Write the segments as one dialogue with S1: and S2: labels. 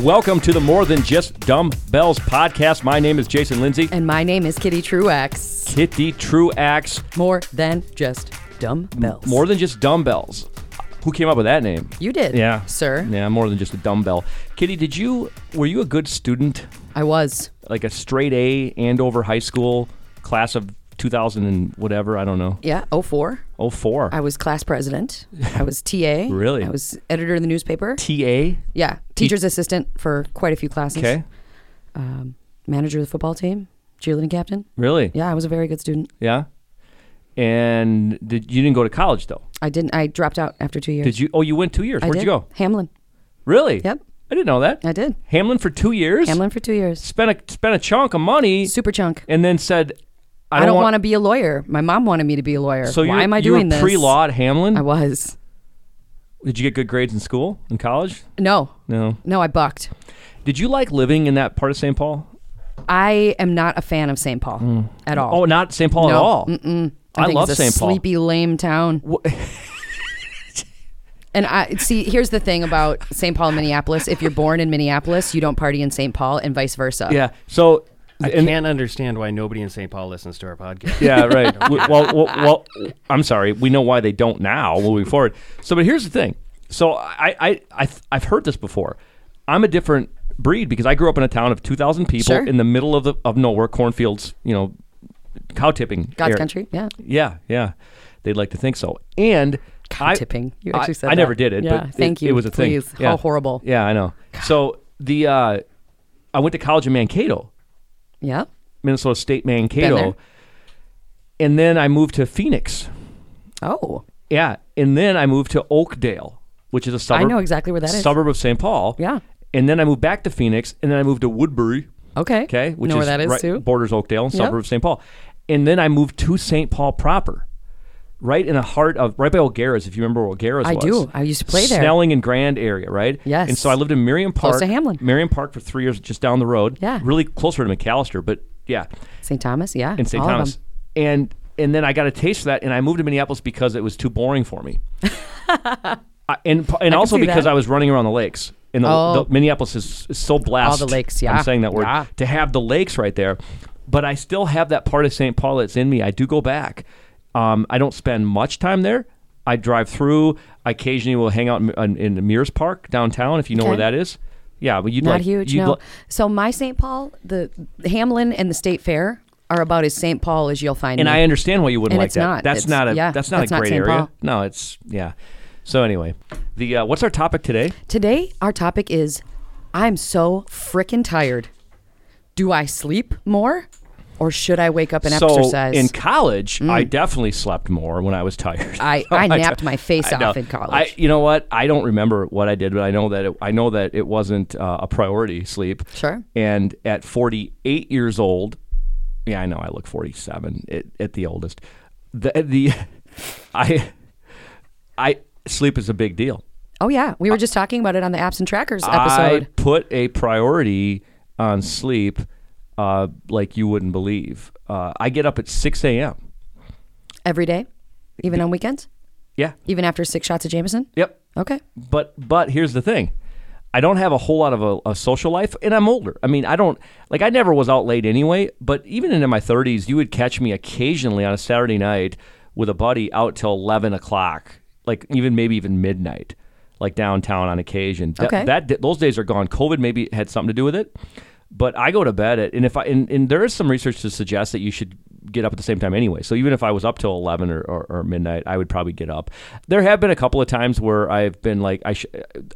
S1: Welcome to the More Than Just Dumbbells podcast. My name is Jason Lindsay.
S2: And my name is Kitty Truax.
S1: Kitty Truax.
S2: More than just dumbbells.
S1: More than just dumbbells. Who came up with that name?
S2: You did,
S1: Yeah.
S2: sir.
S1: Yeah, more than just a dumbbell. Kitty, did you were you a good student?
S2: I was.
S1: Like a straight A Andover High School class of 2000 and whatever, I don't know.
S2: Yeah, 04.
S1: Oh four.
S2: I was class president. I was TA.
S1: Really?
S2: I was editor in the newspaper.
S1: TA?
S2: yeah, teacher's assistant for quite a few classes.
S1: Okay.
S2: Um, manager of the football team, cheerleading captain.
S1: Really?
S2: Yeah, I was a very good student.
S1: Yeah. And did you didn't go to college though?
S2: I didn't. I dropped out after two years.
S1: Did you? Oh, you went two years.
S2: I
S1: Where'd
S2: did.
S1: you go?
S2: Hamlin.
S1: Really?
S2: Yep.
S1: I didn't know that.
S2: I did.
S1: Hamlin for two years.
S2: Hamlin for two years.
S1: spent a spent a chunk of money,
S2: Super chunk.
S1: and then said, "I
S2: I
S1: don't,
S2: don't,
S1: want."
S2: want to be a lawyer. My mom wanted me to be a lawyer.
S1: So
S2: Why
S1: you-
S2: am I
S1: you were
S2: doing this?
S1: Pre-law at Hamlin.
S2: I was.
S1: Did you get good grades in school in college?
S2: No.
S1: No.
S2: No, I bucked.
S1: Did you like living in that part of St. Paul?
S2: I am not a fan of St. Paul at all.
S1: Oh, not St. Paul at
S2: No.
S1: all. Mm-mm. I,
S2: think
S1: love
S2: it's a
S1: St. Paul.
S2: Sleepy, lame town. and I see. Here's the thing about St. Paul, and Minneapolis. If you're born in Minneapolis, you don't party in St. Paul, and vice versa.
S1: Yeah. So.
S3: I
S1: and-
S3: can't understand why nobody in St. Paul listens to our podcast.
S1: yeah, right. We- well, well, well, I'm sorry. We know why they don't now moving forward. So, but here's the thing. So, I, I, I I've heard this before. I'm a different breed because I grew up in a town of 2,000 people
S2: Sure.
S1: in the middle of the of nowhere, cornfields. You know, cow tipping.
S2: God's
S1: area.
S2: country. Yeah.
S1: Yeah, yeah. They'd like to think so. And
S2: Cow
S1: I-
S2: tipping. You
S1: I-
S2: actually said
S1: I never
S2: that.
S1: did it.
S2: Yeah,
S1: but
S2: thank
S1: it,
S2: you.
S1: It was a thing.
S2: Please. How horrible.
S1: Yeah, I know. So the uh, I went to college in Mankato,
S2: Yeah.
S1: Minnesota State
S2: there.
S1: Mankato, and then I moved to Phoenix.
S2: Oh,
S1: Yeah, and then I moved to Oakdale, which is a suburb.
S2: know exactly where that is.
S1: Suburb of St. Paul.
S2: Yeah.
S1: And then I moved back to Phoenix, and then I moved to Woodbury.
S2: okay.
S1: Okay, which
S2: know
S1: is
S2: where that is
S1: right,
S2: too.
S1: borders Oakdale and
S2: Yep.
S1: suburb of St. Paul. And then I moved to St. Paul proper, right in the heart of right by O'Gara's. If you remember where O'Gara's
S2: I
S1: was,
S2: do. I used to play there.
S1: Snelling and Grand area, right?
S2: Yes.
S1: And so I lived in Miriam Park,
S2: Close to Hamlin.
S1: Miriam Park for three years, just down the road.
S2: Yeah.
S1: really closer to McAllister, but yeah,
S2: St. Thomas. Yeah.
S1: in St.
S2: all of
S1: Thomas.
S2: them.
S1: And and then I got a taste of that, and I moved to Minneapolis because it was too boring for me, I, and pa- and also
S2: see
S1: because
S2: that.
S1: I was running around the lakes. And the,
S2: Oh.
S1: the- Minneapolis is, is so blessed.
S2: lakes, yeah.
S1: I'm saying that word
S2: Yeah.
S1: to have the lakes right there, but I still have that part of St. Paul that's in me. I do go back. Um, I don't spend much time there. I drive through. I occasionally will hang out in, in, in the Mears Park downtown if you know where
S2: Okay.
S1: that is. Yeah, but you
S2: Not
S1: like,
S2: huge.
S1: you'd
S2: No.
S1: li-
S2: so my St. Paul, the the Hamlin and the State Fair are about as St. Paul as you'll find.
S1: and
S2: me.
S1: I understand why you wouldn't
S2: And
S1: like
S2: it's
S1: that.
S2: not.
S1: That's
S2: It's-
S1: not a
S2: yeah,
S1: that's not
S2: that's
S1: a
S2: not
S1: great
S2: St.
S1: area.
S2: Paul.
S1: No, it's yeah. So anyway, the uh, what's our topic today?
S2: Today, our topic is I'm so frickin' tired. Do I sleep more or should I wake up and
S1: so
S2: exercise?
S1: in college, I definitely slept more when Oh, I was tired.
S2: Mm. I- I
S1: de-
S2: napped my face
S1: I know.
S2: off in college.
S1: I, you know what? I don't remember what I did, but I know that it, I know that it wasn't uh, a priority sleep.
S2: Sure.
S1: And at 48 years old, yeah, I know I look 47 at, at the oldest. The the I I sleep is a big deal.
S2: oh, yeah. We were just talking about it on the Apps and Trackers
S1: I
S2: episode.
S1: put a priority on sleep uh, like you wouldn't believe. Uh, I get up at 6 a.m.
S2: Every day, even on weekends,
S1: Yeah.
S2: even after six shots of Jameson.
S1: Yep.
S2: Okay.
S1: But but here's the thing. I don't have a whole lot of a, a social life, and I'm older. I mean, I don't like I never was out late anyway. But even into my 30s, you would catch me occasionally on a Saturday night with a buddy out till 11 o'clock, like even maybe even midnight, like downtown on occasion. That-
S2: Okay.
S1: that that- those days are gone. COVID maybe had something to do with it, but I go to bed at and if I and, and there is some research to suggest that you should get up at the same time anyway. So even if I was up till eleven or, or, or midnight, I would probably get up. There have been a couple of times where I've been like I sh-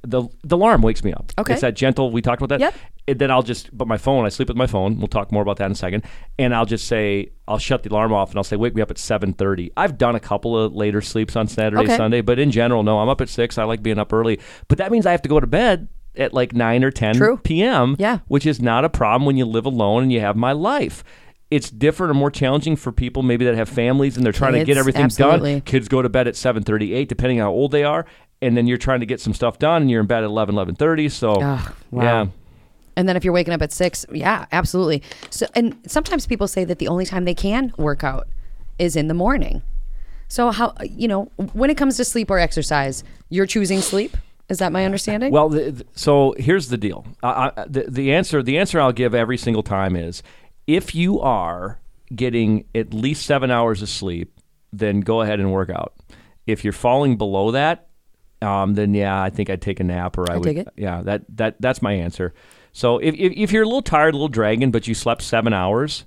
S1: the the alarm wakes me up.
S2: Okay.
S1: it's that gentle. We talked about that.
S2: Yep.
S1: And then I'll just but my phone. I sleep with my phone. We'll talk more about that in a second. And I'll just say I'll shut the alarm off and I'll say wake me up at seven thirty. I've done a couple of later sleeps on Saturday,
S2: Okay.
S1: Sunday. Sunday, but in general, no, I'm up at six. I like being up early, but that means I have to go to bed at like nine or ten
S2: True.
S1: p.m.
S2: Yeah.
S1: which is not a problem when you live alone and you have my life. It's different or more challenging for people maybe that have families and they're trying to get
S2: Kids,
S1: everything
S2: absolutely.
S1: done. Kids go to bed at seven thirty eight, depending on how old they are, and then you're trying to get some stuff done and you're in bed at 11, 11.30, So
S2: Ugh, wow.
S1: yeah,
S2: And then if you're waking up at six, yeah, absolutely. So, and sometimes people say that the only time they can work out is in the morning. So, how, you know, when it comes to sleep or exercise, you're choosing sleep Is that my
S1: Uh,
S2: understanding?
S1: Well, the, th- so here's the deal. I, I, the, the answer the answer I'll give every single time is if you are getting at least seven hours of sleep, then go ahead and work out. If you're falling below that, um, then yeah, I think I'd take a nap or I, would.
S2: dig it.
S1: Yeah, that that that's my answer. So if, if if you're a little tired, a little dragging, but you slept seven hours,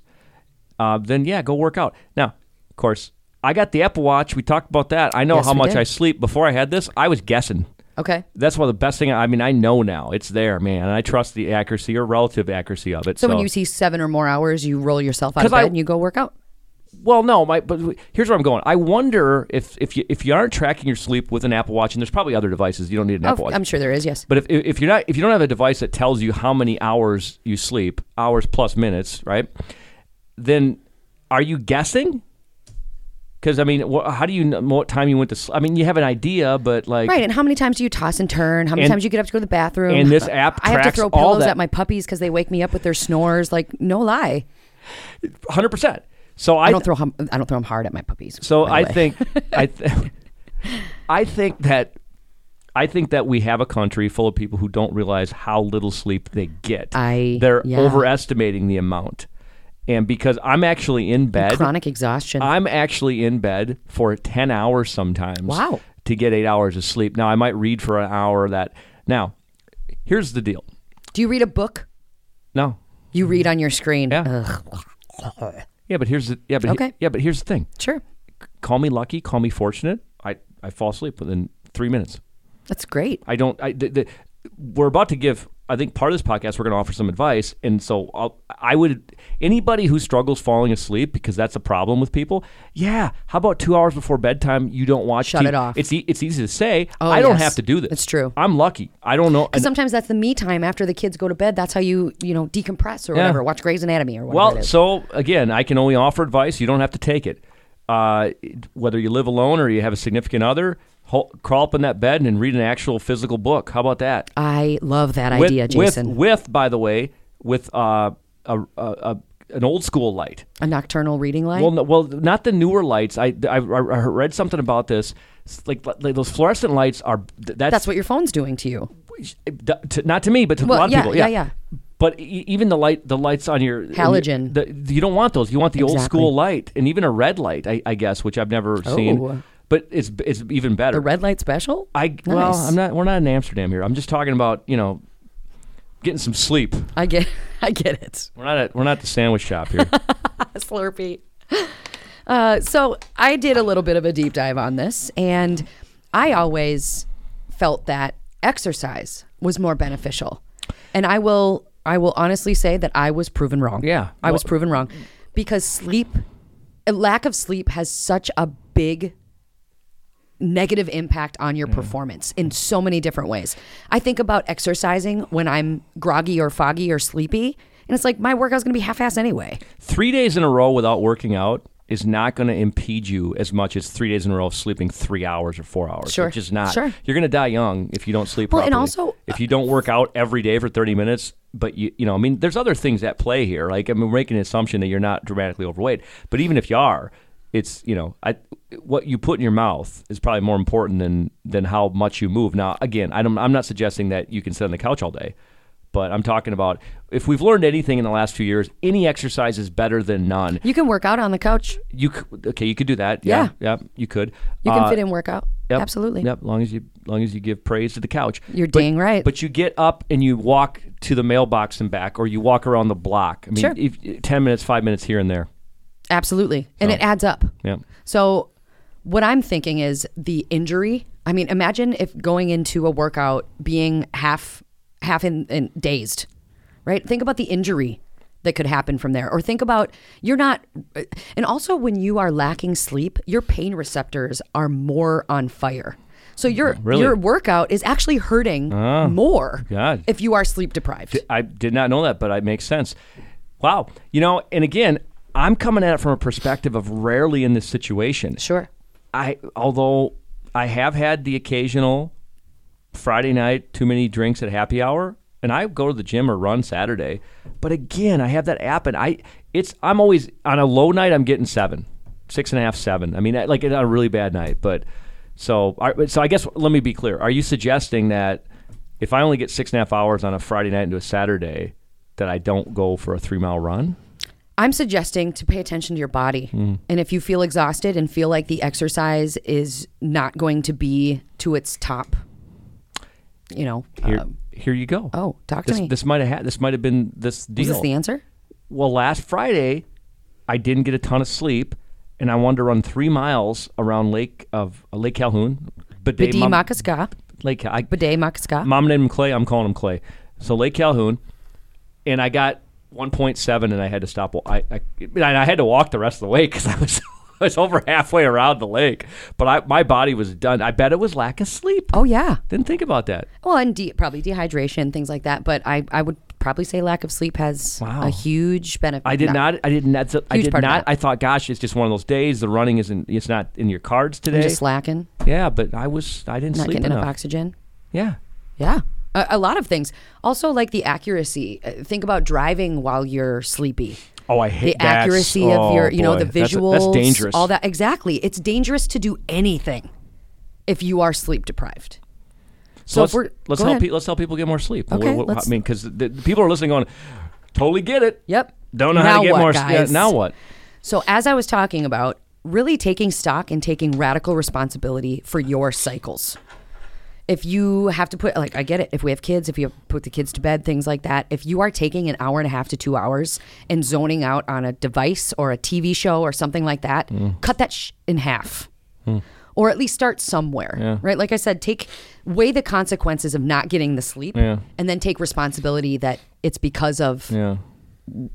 S1: uh, then yeah, go work out. Now, of course, I got the Apple Watch. We talked about that. I know
S2: Yes,
S1: how
S2: we
S1: much
S2: did.
S1: I sleep. Before I had this, I was guessing
S2: okay.
S1: that's one of the best thing. I mean, I know now it's there, man. And I trust the accuracy or relative accuracy of it.
S2: So, when you see seven or more hours, you roll yourself out of
S1: 'Cause I-
S2: bed and you go work out.
S1: well, no, my but here's where I'm going. I wonder if if you if you aren't tracking your sleep with an Apple Watch, and there's probably other devices. You don't need an Apple
S2: Oh,
S1: Watch.
S2: I'm sure there is. Yes.
S1: But if, if if you're not if you don't have a device that tells you how many hours you sleep, hours plus minutes, right? Then are you guessing? Because I mean, wha how do you know what time you went to? Sl- I mean, you have an idea, but like,
S2: Right, and how many times do you toss and turn? How many
S1: And-
S2: times you get up to go to the bathroom?
S1: and this app
S2: I have to
S1: tracks
S2: throw
S1: all
S2: pillows
S1: that.
S2: at my puppies because they wake me up with their snores. Like no lie,
S1: hundred percent. So
S2: I
S1: I,
S2: don't throw hum, I don't throw them hard at my puppies.
S1: So
S2: by
S1: I
S2: the way.
S1: think I, th- I think that I think that we have a country full of people who don't realize how little sleep they get.
S2: I-
S1: they're
S2: yeah.
S1: overestimating the amount, and because I'm actually in bed,
S2: chronic exhaustion.
S1: I'm actually in bed for 10 hours sometimes.
S2: Wow.
S1: To get eight hours of sleep. Now I might read for an hour. That now, here's the deal.
S2: do you read a book?
S1: No.
S2: You read on your screen.
S1: Yeah.
S2: Ugh.
S1: Yeah, but here's the yeah, but he-
S2: Okay.
S1: yeah, but here's the thing.
S2: Sure,
S1: Call me lucky, call me fortunate. I I fall asleep within three minutes.
S2: that's great.
S1: I don't. I, the, the, we're about to give. I think part of this podcast we're going to offer some advice, and so I'll, I would anybody who struggles falling asleep because that's a problem with people. Yeah, how about two hours before bedtime? You don't watch.
S2: Shut
S1: TV?
S2: it off.
S1: It's e- it's easy to say.
S2: Oh,
S1: I don't
S2: yes.
S1: have to do this.
S2: It's true.
S1: I'm lucky. I don't know.
S2: Because sometimes that's the me time after the kids go to bed. That's how you you know decompress or
S1: Yeah.
S2: whatever. Watch Grey's Anatomy or whatever. it
S1: Well,
S2: is.
S1: so again, I can only offer advice. You don't have to take it. Uh, whether you live alone or you have a significant other, ho- crawl up in that bed and read an actual physical book. How about that?
S2: I love that idea, Jason.
S1: With, with by the way, with uh, a, a, a an old school light.
S2: a nocturnal reading light.
S1: Well, no, well, not the newer lights. I, I, I read something about this. It's Like, like those fluorescent lights are. th- That's,
S2: that's what your phone's doing to you.
S1: what, to, not to me, but to
S2: Well,
S1: a lot
S2: yeah,
S1: of people.
S2: yeah,
S1: Yeah,
S2: yeah.
S1: But e- even the light, the lights on your
S2: Halogen.
S1: the- you don't want those. You want the old
S2: Exactly.
S1: school light, and even a red light, I, I guess, which I've never
S2: Oh.
S1: seen. But it's it's even better.
S2: The red light special.
S1: I well,
S2: Nice.
S1: I'm not. We're not in Amsterdam here. I'm just talking about you know, getting some sleep.
S2: I get I get it.
S1: We're not at we're not the sandwich shop here.
S2: Slurpee. Uh, so I did a little bit of a deep dive on this, and I always felt that exercise was more beneficial. And I will, I will honestly say that I was proven wrong.
S1: Yeah.
S2: I was
S1: Well-
S2: proven wrong because sleep, a lack of sleep, has such a big negative impact on
S1: Mm.
S2: your performance in so many different ways. I think about exercising when I'm groggy or foggy or sleepy, and it's like my workout's going to be half-assed anyway.
S1: three days in a row without working out is not going to impede you as much as three days in a row of sleeping three hours or four hours.
S2: Sure.
S1: Which is not.
S2: Sure.
S1: You're going to die young if you don't sleep
S2: Well, and
S1: properly.
S2: also-
S1: if you don't work out every day for 30 minutes, but you, you know, I mean, there's other things at play here. Like, I'm making an assumption that you're not dramatically overweight, but even if you are, it's you know, I what you put in your mouth is probably more important than than how much you move. Now, again, I don't, I'm not suggesting that you can sit on the couch all day, but I'm talking about if we've learned anything in the last few years, any exercise is better than none.
S2: You can work out on the couch.
S1: You c- okay? You could do that. Yeah, yeah, you could.
S2: You can
S1: Uh,
S2: fit in workout.
S1: yep,
S2: Absolutely.
S1: Yep, long as you long as you give praise to the couch.
S2: You're
S1: But-
S2: dang right.
S1: But you get up and you walk to the mailbox and back, or you walk around the block. I mean,
S2: Sure.
S1: if, ten minutes, five minutes here and there.
S2: Absolutely. And it adds up.
S1: Yeah.
S2: So what I'm thinking is the injury. I mean, imagine if going into a workout being half half in, in dazed. Right? Think about the injury that could happen from there or think about you're not and also when you are lacking sleep, your pain receptors are more on fire. So your
S1: Really? Ah.
S2: your workout is actually hurting more
S1: God.
S2: if you are sleep deprived.
S1: I did not know that, but it makes sense. Wow. You know, and again, I'm coming at it from a perspective of rarely in this situation.
S2: Sure.
S1: I although I have had the occasional Friday night too many drinks at happy hour, and I go to the gym or run Saturday. But again, I have that app, and I it's I'm always on a low night. I'm getting seven, six and a half, seven. I mean, I- like on a really bad night, but So, I- so I guess let me be clear. Are you suggesting that if I only get six and a half hours on a Friday night into a Saturday, that I don't go for a three mile run?
S2: I'm suggesting to pay attention to your body. And if you feel exhausted and feel like the exercise is not going to be to its top, you know,
S1: Here,
S2: uh,
S1: here you go.
S2: oh, talk to
S1: this,
S2: me.
S1: This might have had. This might have been this deal.
S2: is this the answer?
S1: well, last Friday, I didn't get a ton of sleep, and I wanted to run three miles around Lake of uh, Lake Calhoun. But
S2: Bidi Makaska.
S1: Lake Cal- I,
S2: Bidet Makaska.
S1: Mom named him Clay. I'm calling him Clay. So Lake Calhoun, and I got 1.7, and I had to stop. I I, and I had to walk the rest of the way because I was I was over halfway around the lake. But I, my body was done. I bet it was lack of sleep.
S2: Oh, yeah.
S1: Didn't think about that.
S2: Well, and de- probably dehydration, things like that. But I, I would probably say lack of sleep has
S1: Wow.
S2: a huge benefit.
S1: I did
S2: No.
S1: not. I did not. I
S2: Huge
S1: did
S2: part of
S1: not.
S2: that.
S1: I thought, gosh, it's just one of those days. The running isn't. It's not in your cards today.
S2: You're just slacking,
S1: Yeah, but I was I didn't
S2: not
S1: sleep
S2: getting
S1: enough.
S2: enough oxygen.
S1: Yeah.
S2: Yeah. A, a lot of things. Also, like the accuracy. Uh, Think about driving while you're sleepy.
S1: Oh, I hate Oh,
S2: the accuracy of your, you know, the visuals,
S1: That's, dangerous.
S2: all that. Exactly, it's dangerous to do anything if you are sleep deprived.
S1: So
S2: if
S1: let's,
S2: we're-
S1: let's
S2: go
S1: help
S2: ahead.
S1: pe- let's help people get more sleep.
S2: Okay,
S1: What- what-
S2: let's-
S1: I mean, because the, the people are listening, going, totally get it.
S2: Yep.
S1: Don't know how
S2: Now
S1: to get
S2: what,
S1: more.
S2: guys?
S1: Yeah, now what?
S2: So, as I was talking about, really taking stock and taking radical responsibility for your cycles. If you have to put, like, I get it. If we have kids, if you put the kids to bed, things like that. If you are taking an hour and a half to two hours and zoning out on a device or a TV show or something like that,
S1: Hmm.
S2: cut that sh- in half. Or at least start somewhere, right? Like I said, take weigh the consequences of not getting the sleep,
S1: Yeah.
S2: and then take responsibility that it's because of
S1: Yeah.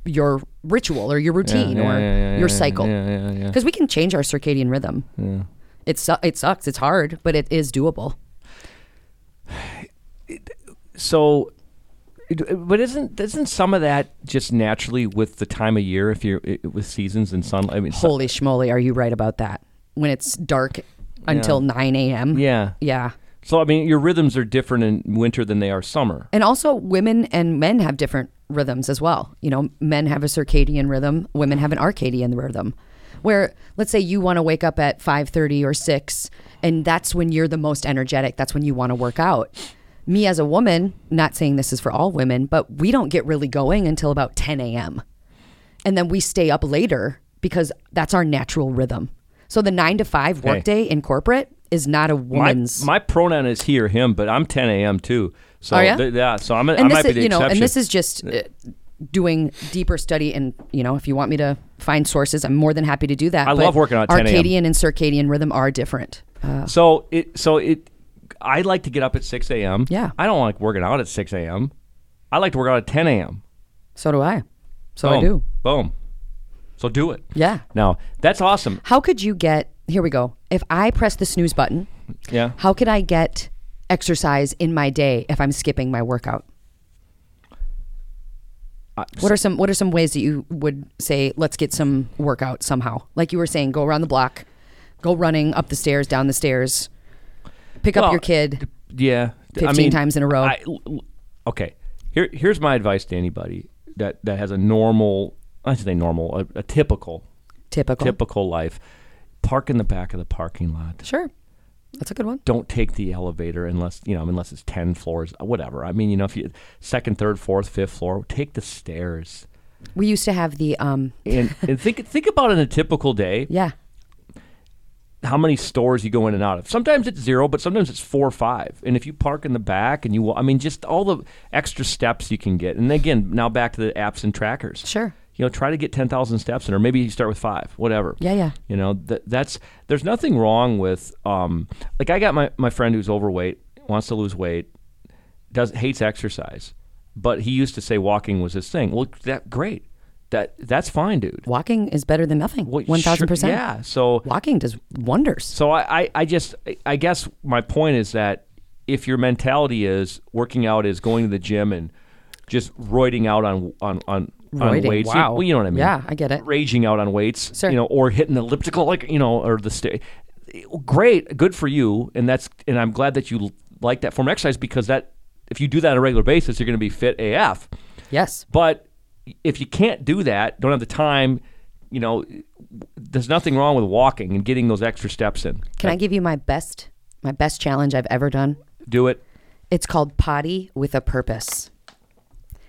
S2: your ritual or your routine
S1: yeah,
S2: or
S1: yeah, yeah,
S2: your
S1: yeah,
S2: cycle.
S1: yeah, yeah, yeah.
S2: Because we can change our circadian rhythm. Yeah. It, su- it sucks. It's hard, but it is doable.
S1: So, it- but isn't isn't some of that just naturally with the time of year? If you're it, with seasons and sunlight, I mean, so-
S2: Holy schmoly, are you right about that? When it's dark until 9 a.m.
S1: yeah.
S2: Yeah.
S1: So I mean, your rhythms are different in winter than they are summer.
S2: And also, women and men have different rhythms as well. You know, men have a circadian rhythm, women have an arcadian rhythm. Where let's say you want to wake up at 5:30 or 6 and that's when you're the most energetic, that's when you want to work out. Me as a woman, not saying this is for all women, but we don't get really going until about 10 a.m. And then we stay up later because that's our natural rhythm. So the 9 to 5 workday in corporate is not a
S1: My,
S2: woman's
S1: my pronoun is he or him, but I'm 10 a.m. too. So
S2: Are ya?
S1: th- yeah, so I'm a, I
S2: Oh, and
S1: might
S2: this
S1: be
S2: is
S1: the
S2: you know,
S1: exception.
S2: and this is just uh, doing deeper study. And you know, if you want me to find sources, I'm more than happy to do that.
S1: I
S2: but
S1: love working out at 10 a.m.
S2: Arcadian and circadian rhythm are different. Uh,
S1: So it so it I like to get up at six AM.
S2: Yeah.
S1: I don't like working out at six AM. I like to work out at ten AM.
S2: so do I. So
S1: Boom.
S2: Oh, I do.
S1: Boom. So do it.
S2: Yeah.
S1: Now that's awesome.
S2: How could you get? Here we go. If I press the snooze button,
S1: Yeah.
S2: how could I get exercise in my day if I'm skipping my workout?
S1: Uh,
S2: What are some What are some ways that you would say let's get some workout somehow? Like you were saying, go around the block, go running up the stairs, down the stairs, pick up
S1: Well,
S2: your kid.
S1: Yeah.
S2: 15 times in a row.
S1: I- l- l- okay. Here, here's my advice to anybody that, that has a normal, I should say normal, a, a typical,
S2: Typical.
S1: typical life. Park in the back of the parking lot.
S2: Sure, that's a good one.
S1: don't take the elevator unless you know unless it's 10 floors uh, whatever i mean you know if you second third fourth fifth floor take the stairs
S2: We used to have the um,
S1: and, and think think about in a typical day
S2: yeah,
S1: how many stores you go in and out of sometimes it's zero but sometimes it's four or five and if you park in the back and you wa- i mean just all the extra steps you can get and again now back to the apps and trackers
S2: Sure.
S1: you know try to get 10000 steps in or maybe you start with five whatever
S2: Yeah, yeah.
S1: you know th- that's there's nothing wrong with um like i got my my friend who's overweight wants to lose weight does hates exercise but he used to say walking was his thing well that great that that's fine dude
S2: walking is better than nothing.
S1: Well,
S2: One thousand
S1: sure,
S2: percent.
S1: yeah so
S2: walking does wonders.
S1: so I, I, I just I- I guess my point is that if your mentality is working out is going to the gym and just roiding out on on on, on
S2: Roiding,
S1: weights, you-
S2: wow.
S1: well, you know what I mean?
S2: Yeah, I get it.
S1: Raging out on weights,
S2: Sure.
S1: you know, or hitting the elliptical, like you know, or the sta- Great, good for you, and that's and I'm glad that you l- like that form of exercise because that if you do that on a regular basis, you're going to be fit AF.
S2: Yes,
S1: But if you can't do that, don't have the time, you know, there's nothing wrong with walking and getting those extra steps in.
S2: Can I give you my best my best challenge I've ever done?
S1: Do it
S2: It's called potty with a purpose.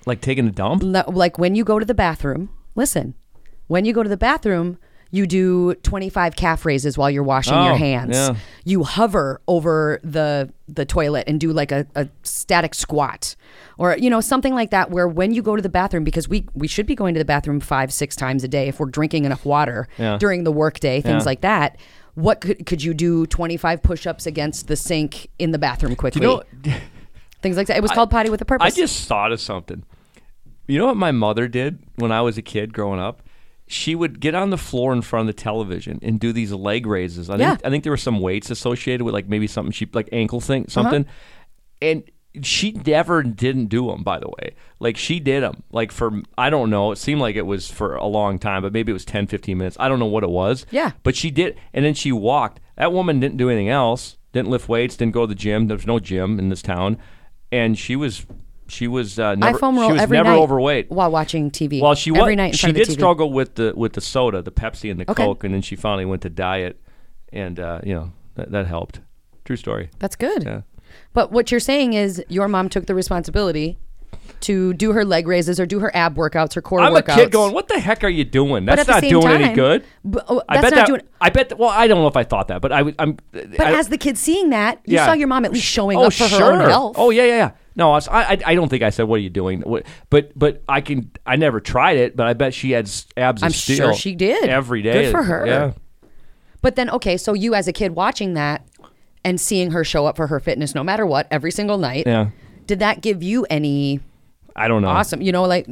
S1: like taking a dump.
S2: L- Like when you go to the bathroom, listen. When you go to the bathroom, you do 25 calf raises while you're washing your
S1: Oh,
S2: hands.
S1: yeah.
S2: You hover over the the toilet and do like a, a static squat or you know something like that where when you go to the bathroom because we we should be going to the bathroom 5 6 times a day if we're drinking enough water
S1: Yeah.
S2: during the workday things
S1: Yeah.
S2: like that. What could could you do 25 push-ups against the sink in the bathroom quickly? things like that. It was called potty with a purpose.
S1: I just thought of something. You know what my mother did when I was a kid growing up? She would get on the floor in front of the television and do these leg raises. I,
S2: Yeah.
S1: think, I think there were some weights associated with like maybe something she like ankle thing
S2: Uh-huh.
S1: something, and she never didn't do them. By the way, like she did them like for I don't know. It seemed like it was for a long time, but maybe it was 10, 15 minutes. I don't know what it was.
S2: Yeah.
S1: but she did, and then she walked. That woman didn't do anything else. Didn't lift weights. Didn't go to the gym. There's no gym in this town, and she was she was uh, never
S2: I foam roll
S1: she was
S2: every
S1: never
S2: night
S1: overweight.
S2: while watching TV.
S1: Well, she
S2: every
S1: was,
S2: night in
S1: she
S2: front
S1: did
S2: of the TV.
S1: struggle with the with the soda, the Pepsi and the
S2: Okay.
S1: Coke, and then she finally went to diet, and uh, you know that, that helped. True story.
S2: That's good.
S1: Yeah.
S2: But what you're saying is your mom took the responsibility to do her leg raises or do her ab workouts or core
S1: I'm
S2: workouts.
S1: a kid going, what the heck are you doing?
S2: But
S1: That's
S2: at the
S1: not
S2: same
S1: doing any
S2: time-
S1: good.
S2: But, oh,
S1: I
S2: that's
S1: bet
S2: not
S1: that.
S2: doing-
S1: I bet. That, well, I don't know if I thought that, but I would. I'm.
S2: But as the kid seeing that, you
S1: Yeah.
S2: saw your mom at least showing
S1: oh,
S2: up for
S1: sure.
S2: her own health.
S1: Oh yeah, yeah, yeah. No, I, was- I, I I don't think I said what are you doing, What- but but I can. I never tried it, but I bet she had s- abs. of
S2: I'm
S1: steel
S2: sure she did.
S1: every day.
S2: Good for her.
S1: Yeah.
S2: But then, okay, so you as a kid watching that and seeing her show up for her fitness no matter what every single night,
S1: Yeah.
S2: did that give you any
S1: I don't know.
S2: awesome, you know, like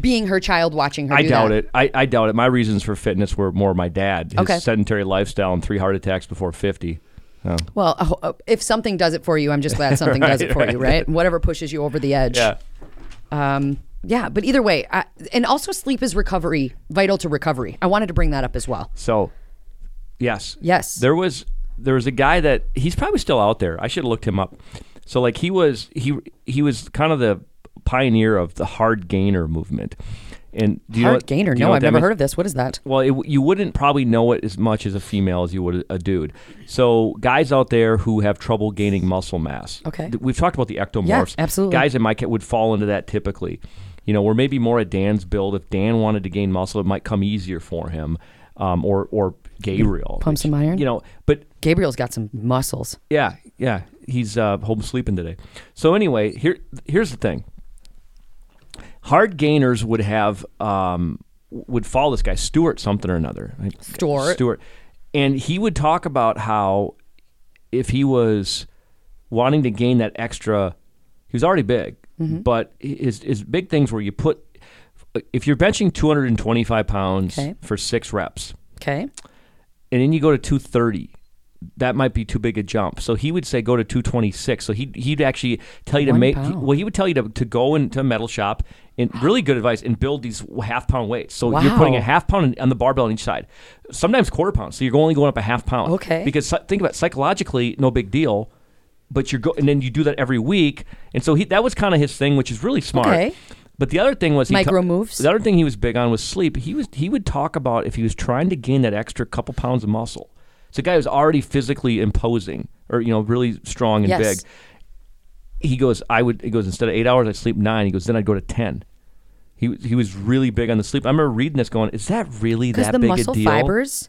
S2: being her child watching her
S1: I
S2: do
S1: doubt
S2: that?
S1: it. I, I doubt it. My reasons for fitness were more my dad, his
S2: Okay.
S1: sedentary lifestyle, and three heart attacks before fifty. Oh.
S2: Well, I ho- uh, if something does it for you, I'm just glad something does it for you, right? Whatever pushes you over the edge.
S1: Yeah.
S2: Um, yeah, but either way, I, and also sleep is recovery, vital to recovery. I wanted to bring that up as well.
S1: So, yes,
S2: Yes.
S1: There was there was a guy that he's probably still out there. I should have looked him up. So like he was he he was kind of the pioneer of the hard gainer movement. And do you know
S2: Hard
S1: what-
S2: gainer.
S1: do you know
S2: No,
S1: what
S2: I've
S1: that
S2: never
S1: means?
S2: heard of this. What is that?
S1: well, it, you wouldn't probably know it as much as a female as you would a dude. So, guys out there who have trouble gaining muscle mass.
S2: Okay.
S1: Th- We've talked about the ectomorphs.
S2: absolutely.
S1: Guys in my cat would fall into that typically. You know, or maybe more at Dan's build. If Dan wanted to gain muscle, it might come easier for him. Um, or or Gabriel.
S2: Pump some iron?
S1: You know, but
S2: Gabriel's got some muscles.
S1: yeah, yeah. He's uh, home sleeping today. So anyway, here here's the thing. Hard gainers would have um, would follow this guy Stewart something or another. I-
S2: Stewart.
S1: Stewart, and he would talk about how if he was wanting to gain that extra, he was already big,
S2: Mm-hmm.
S1: but his his big things were you put if you're benching 225 pounds
S2: Okay.
S1: for six reps
S2: Okay.
S1: and then you go to 230 that might be too big a jump so he would say go to 226 so he, he'd actually tell you to
S2: One
S1: make he-
S2: pound.
S1: well he would tell you to, to go into a metal shop and really good advice and build these half pound weights so you're putting
S2: Wow.
S1: a half pound on- on the barbell on each side sometimes quarter pound so you're only going up a half pound
S2: Okay.
S1: because psy- think about it, psychologically no big deal but you're go and then you do that every week and so he that was kind of his thing which is really smart
S2: Okay.
S1: but the other thing was he ta-
S2: Micro moves?
S1: the other thing he was big on was sleep. He was he would talk about if he was trying to gain that extra couple pounds of muscle. So a guy who's already physically imposing or you know really strong and
S2: Yes.
S1: big. He goes, I would. He goes instead of eight hours, I sleep nine. He goes, then I'd go to ten. He was- he was really big on the sleep. I remember reading this, going, is that really
S2: Because
S1: that
S2: the
S1: big
S2: muscle
S1: a deal?
S2: fibers,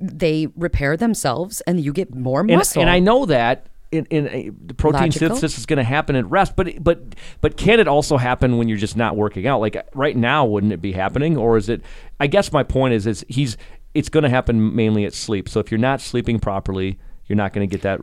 S2: they repair themselves and you get more
S1: and,
S2: muscle.
S1: and I know that in, in a, the protein
S2: Logical.
S1: synthesis is going to happen at rest, but but but can it also happen when you're just not working out? Like right now, wouldn't it be happening, or is it? I guess my point is, is he's it's going to happen mainly at sleep. So if you're not sleeping properly, you're not going to get that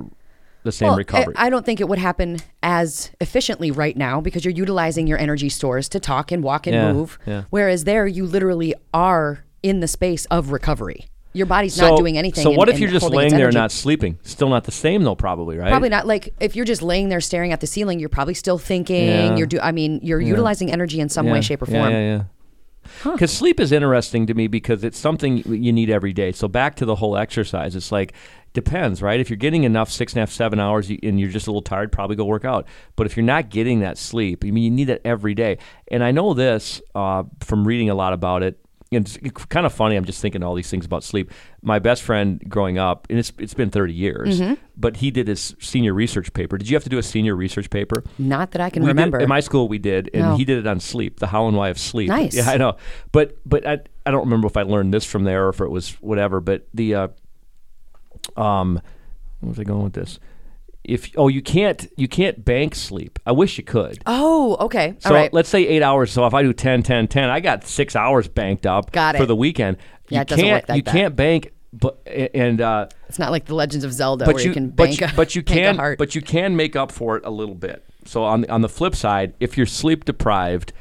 S1: the same
S2: Well,
S1: recovery.
S2: I, I don't think it would happen as efficiently right now because you're utilizing your energy stores to talk and walk and
S1: Yeah,
S2: move.
S1: yeah.
S2: Whereas there, you literally are in the space of recovery. Your body's
S1: so,
S2: not doing anything.
S1: So
S2: and-
S1: what if
S2: and
S1: you're just
S2: holding its
S1: laying there
S2: energy.
S1: not sleeping? Still not the same though, probably right?
S2: Probably not like if you're just laying there staring at the ceiling, you're probably still thinking.
S1: Yeah.
S2: You're do. I mean, you're utilizing energy in some way, shape, or form.
S1: Yeah, yeah, Because sleep is interesting to me because it's something you need every day. So back to the whole exercise, it's like depends, right? If you're getting enough six and a half, seven hours, you- and you're just a little tired, probably go work out. But if you're not getting that sleep, I mean, you need that every day. And I know this uh, from reading a lot about it. and it's kind of funny. I'm just thinking all these things about sleep. My best friend growing up, and it's it's been 30 years,
S2: Mm-hmm.
S1: but he did his senior research paper. Did you have to do a senior research paper?
S2: Not that I can
S1: We did-
S2: remember.
S1: in my school we did, and
S2: No.
S1: he did it on sleep, the how and why of sleep.
S2: Nice.
S1: Yeah, I know. But but I I don't remember if I learned this from there or if it was whatever. But the uh, um, where was I going with this? If oh you can't you can't bank sleep. I wish you could.
S2: oh, okay.
S1: So
S2: All right.
S1: let's say eight hours. So if I do 10, 10, 10, I got six hours banked up
S2: Got it.
S1: for the weekend.
S2: Yeah,
S1: you
S2: it doesn't
S1: can't,
S2: work like
S1: You
S2: that.
S1: can't bank, but and uh,
S2: it's not like the Legends of Zelda
S1: but
S2: where
S1: you,
S2: you can
S1: but
S2: bank
S1: you,
S2: a,
S1: but you
S2: bank a
S1: can
S2: heart.
S1: but you can make up for it a little bit. So on the, on the flip side, if you're sleep deprived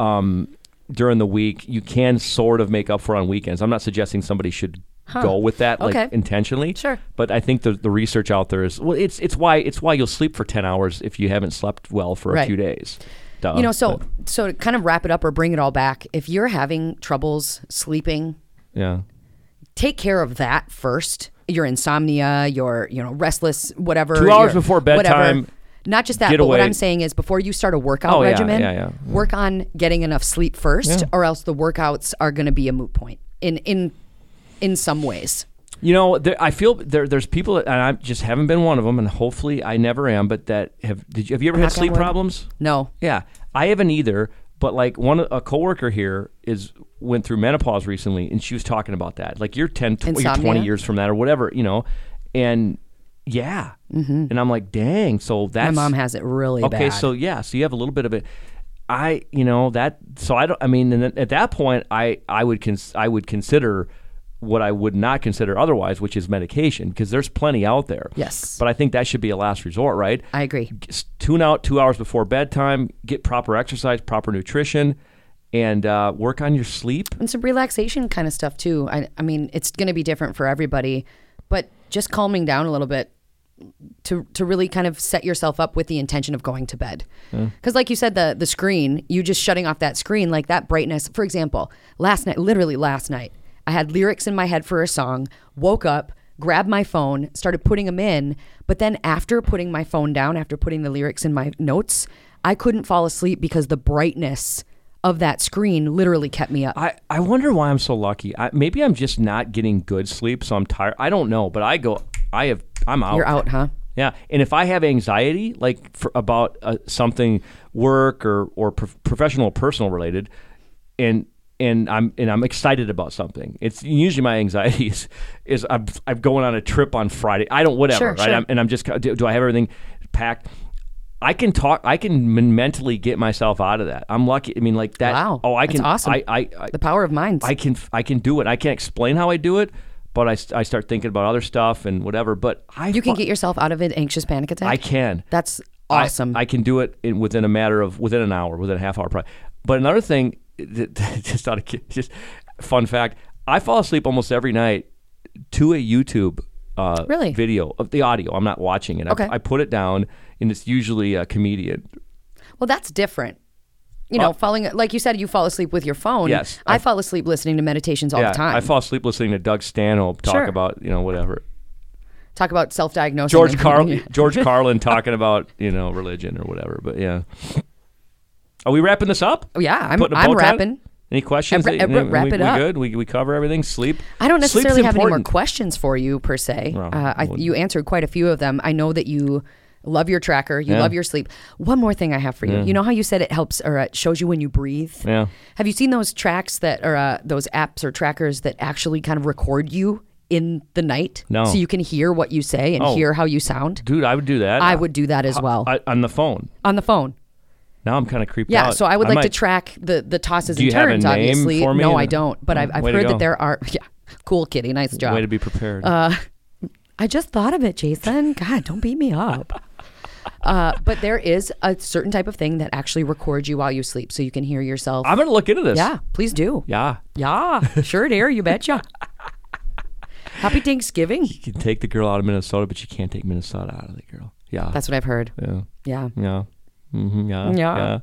S1: um, during the week, you can sort of make up for it on weekends. I'm not suggesting somebody should go with that like
S2: Okay.
S1: intentionally.
S2: Sure.
S1: But I think the the research out there is well, it's it's why it's why you'll sleep for 10 hours if you haven't slept well for
S2: Right.
S1: a few days. Duh.
S2: you know, so
S1: But,
S2: so to kind of wrap it up or bring it all back, if you're having troubles sleeping,
S1: yeah.
S2: take care of that first. Your insomnia, your you know restless, whatever.
S1: Two hours
S2: your-
S1: before
S2: whatever.
S1: bedtime,
S2: Not just that,
S1: get
S2: but what
S1: away.
S2: I'm saying is before you start a workout
S1: Oh, yeah,
S2: regimen,
S1: yeah, yeah.
S2: work on getting enough sleep first,
S1: Yeah.
S2: or else the workouts are going to be a moot point in in in some ways.
S1: You know, there, I feel there. There's people, that- and I just haven't been one of them, and hopefully I never am. But that have did you have you ever had
S2: Knock on
S1: sleep
S2: wood.
S1: problems?
S2: No,
S1: Yeah, I haven't either. But like one a coworker here is went through menopause recently, and she was talking about that. Like you're 10, tw- you're
S2: Insomnia?
S1: 20 years from that, or whatever, you know. And yeah, mm-hmm. and I'm like, dang. So
S2: my
S1: that's
S2: mom has it really bad.
S1: okay. So yeah, so you have a little bit of it. I you know that so I don't. I mean, and then at that point, I I would cons- I would consider what I would not consider otherwise, which is medication, because there's plenty out there.
S2: Yes.
S1: but I think that should be a last resort, right?
S2: I agree.
S1: s- tune out two hours before bedtime, get proper exercise, proper nutrition, and uh, work on your sleep.
S2: and some relaxation kind of stuff too. I, I mean, it's going to be different for everybody, but just calming down a little bit to to really kind of set yourself up with the intention of going to bed. Because, like you said, the the screen, you just shutting off that screen, like that brightness. For example, last night, literally last night, I had lyrics in my head for a song. Woke up. Grabbed my phone, started putting them in, but then after putting my phone down, after putting the lyrics in my notes, I couldn't fall asleep because the brightness of that screen literally kept me up.
S1: I, I wonder why I'm so lucky. I, maybe I'm just not getting good sleep, so I'm tired. I don't know, but I go, I have, I'm out.
S2: You're out, huh?
S1: Yeah, and if I have anxiety, like for, about uh, something, work or or prof- professional, or personal related, and and I'm and I'm excited about something. It's usually my anxiety is, is I'm, I'm going on a trip on Friday. I don't whatever,
S2: Sure,
S1: right?
S2: sure.
S1: I'm, and I'm just ca- do, do I have everything packed? I can talk. I can men- mentally get myself out of that. I'm lucky. I mean, like that.
S2: Wow,
S1: Oh, I
S2: that's
S1: can.
S2: awesome.
S1: I, I, I
S2: The power of minds.
S1: I can I can do it. I can't explain how I do it, but I, s- I start thinking about other stuff and whatever. But I
S2: you can
S1: fu-
S2: get yourself out of an anxious panic attack.
S1: I can.
S2: That's
S1: I-
S2: awesome.
S1: I, can do it in, within a matter of within an hour, within a half hour. Probably. But another thing, that- that- just not a kid, just fun fact. I fall asleep almost every night to a YouTube uh,
S2: Really?
S1: video of the audio. I'm not watching it. I-
S2: Okay.
S1: I, put it down, and it's usually a comedian.
S2: well, that's different. You know,
S1: Uh,
S2: falling like you said, you fall asleep with your phone.
S1: Yes,
S2: I,
S1: I-
S2: fall asleep listening to meditations all
S1: yeah,
S2: the time.
S1: I fall asleep listening to Doug Stanhope talk
S2: Sure.
S1: about you know whatever.
S2: Talk about self-diagnosing.
S1: George
S2: and-
S1: Carl
S2: Yeah.
S1: George Carlin talking about you know religion or whatever. But yeah, are we wrapping this up?
S2: Yeah, I'm-
S1: Putting a
S2: I'm
S1: bow tie on it?
S2: wrapping.
S1: Any questions?
S2: I'm ra-
S1: that-
S2: I'm ra- wrap
S1: we,
S2: it
S1: we
S2: up.
S1: good? We, we cover everything. Sleep.
S2: I don't
S1: Sleep's
S2: necessarily have any more
S1: important.
S2: questions for you per se.
S1: Well,
S2: uh, I,
S1: well-
S2: you answered quite a few of them. I know that you love your tracker. You
S1: Yeah.
S2: love your sleep. One more thing I have for you. You know how you said it helps or it shows you when you breathe.
S1: Yeah.
S2: Have you seen those tracks that are uh, those apps or trackers that actually kind of record you in the night?
S1: No.
S2: So you can hear what you say and
S1: Oh.
S2: hear how you sound.
S1: Dude, I would do that.
S2: I would do that as well
S1: I, on the phone.
S2: on the phone.
S1: Now I'm kind of creeped
S2: Yeah,
S1: out.
S2: so I would like to
S1: might-
S2: track the the tosses
S1: Do
S2: and
S1: you have a
S2: turns.
S1: name
S2: obviously,
S1: for me?
S2: no,
S1: And-
S2: I don't. But I've, I've
S1: Way to
S2: heard
S1: go.
S2: that there are. Yeah, cool, kitty. Nice job.
S1: Way to be prepared.
S2: Uh, I just thought of it, Jason. God, don't beat me up. Uh, but there is a certain type of thing that actually records you while you sleep, so you can hear yourself.
S1: I'm gonna look into this.
S2: yeah, please do.
S1: Yeah.
S2: Yeah, sure, dear. You betcha. Happy Thanksgiving.
S1: You can take the girl out of Minnesota, but you can't take Minnesota out of the girl. Yeah.
S2: That's what I've heard.
S1: yeah.
S2: Yeah.
S1: Yeah. hmm yeah.
S2: Yeah.
S1: Yeah.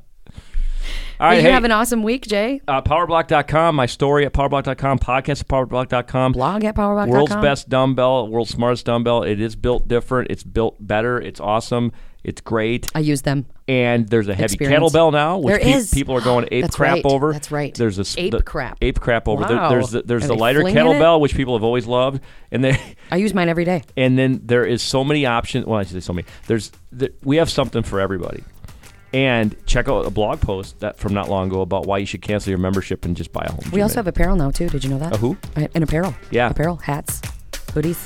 S1: All right,
S2: you
S1: hey.
S2: have an awesome week, Jay.
S1: uh, powerblock.com, my story at powerblock.com, podcast at powerblock.com.
S2: Blog at powerblock.com.
S1: World's best dumbbell, world's smartest dumbbell. It is built different. It's built better. It's awesome. It's great.
S2: I use them.
S1: And there's a heavy
S2: Experience.
S1: kettlebell now, which
S2: There is.
S1: people are going ape
S2: That's
S1: crap
S2: right.
S1: over.
S2: That's right.
S1: There's this
S2: Ape
S1: the-
S2: crap.
S1: Ape crap over. There-
S2: Wow.
S1: there's the, there's
S2: Are
S1: the
S2: they
S1: lighter
S2: flinging it?
S1: kettlebell, which people have always loved, and they.
S2: I use mine every day.
S1: and then there is so many options. Well, I say so many. There's th- we have something for everybody. And check out a blog post that from not long ago about why you should cancel your membership and just buy a home.
S2: We also have apparel now too. Did you know that?
S1: A who?
S2: A- An apparel.
S1: Yeah.
S2: Apparel, hats, hoodies.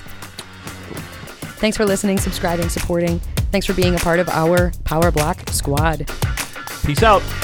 S2: Thanks for listening, subscribing, supporting. Thanks for being a part of our Power Block squad.
S1: a peace out.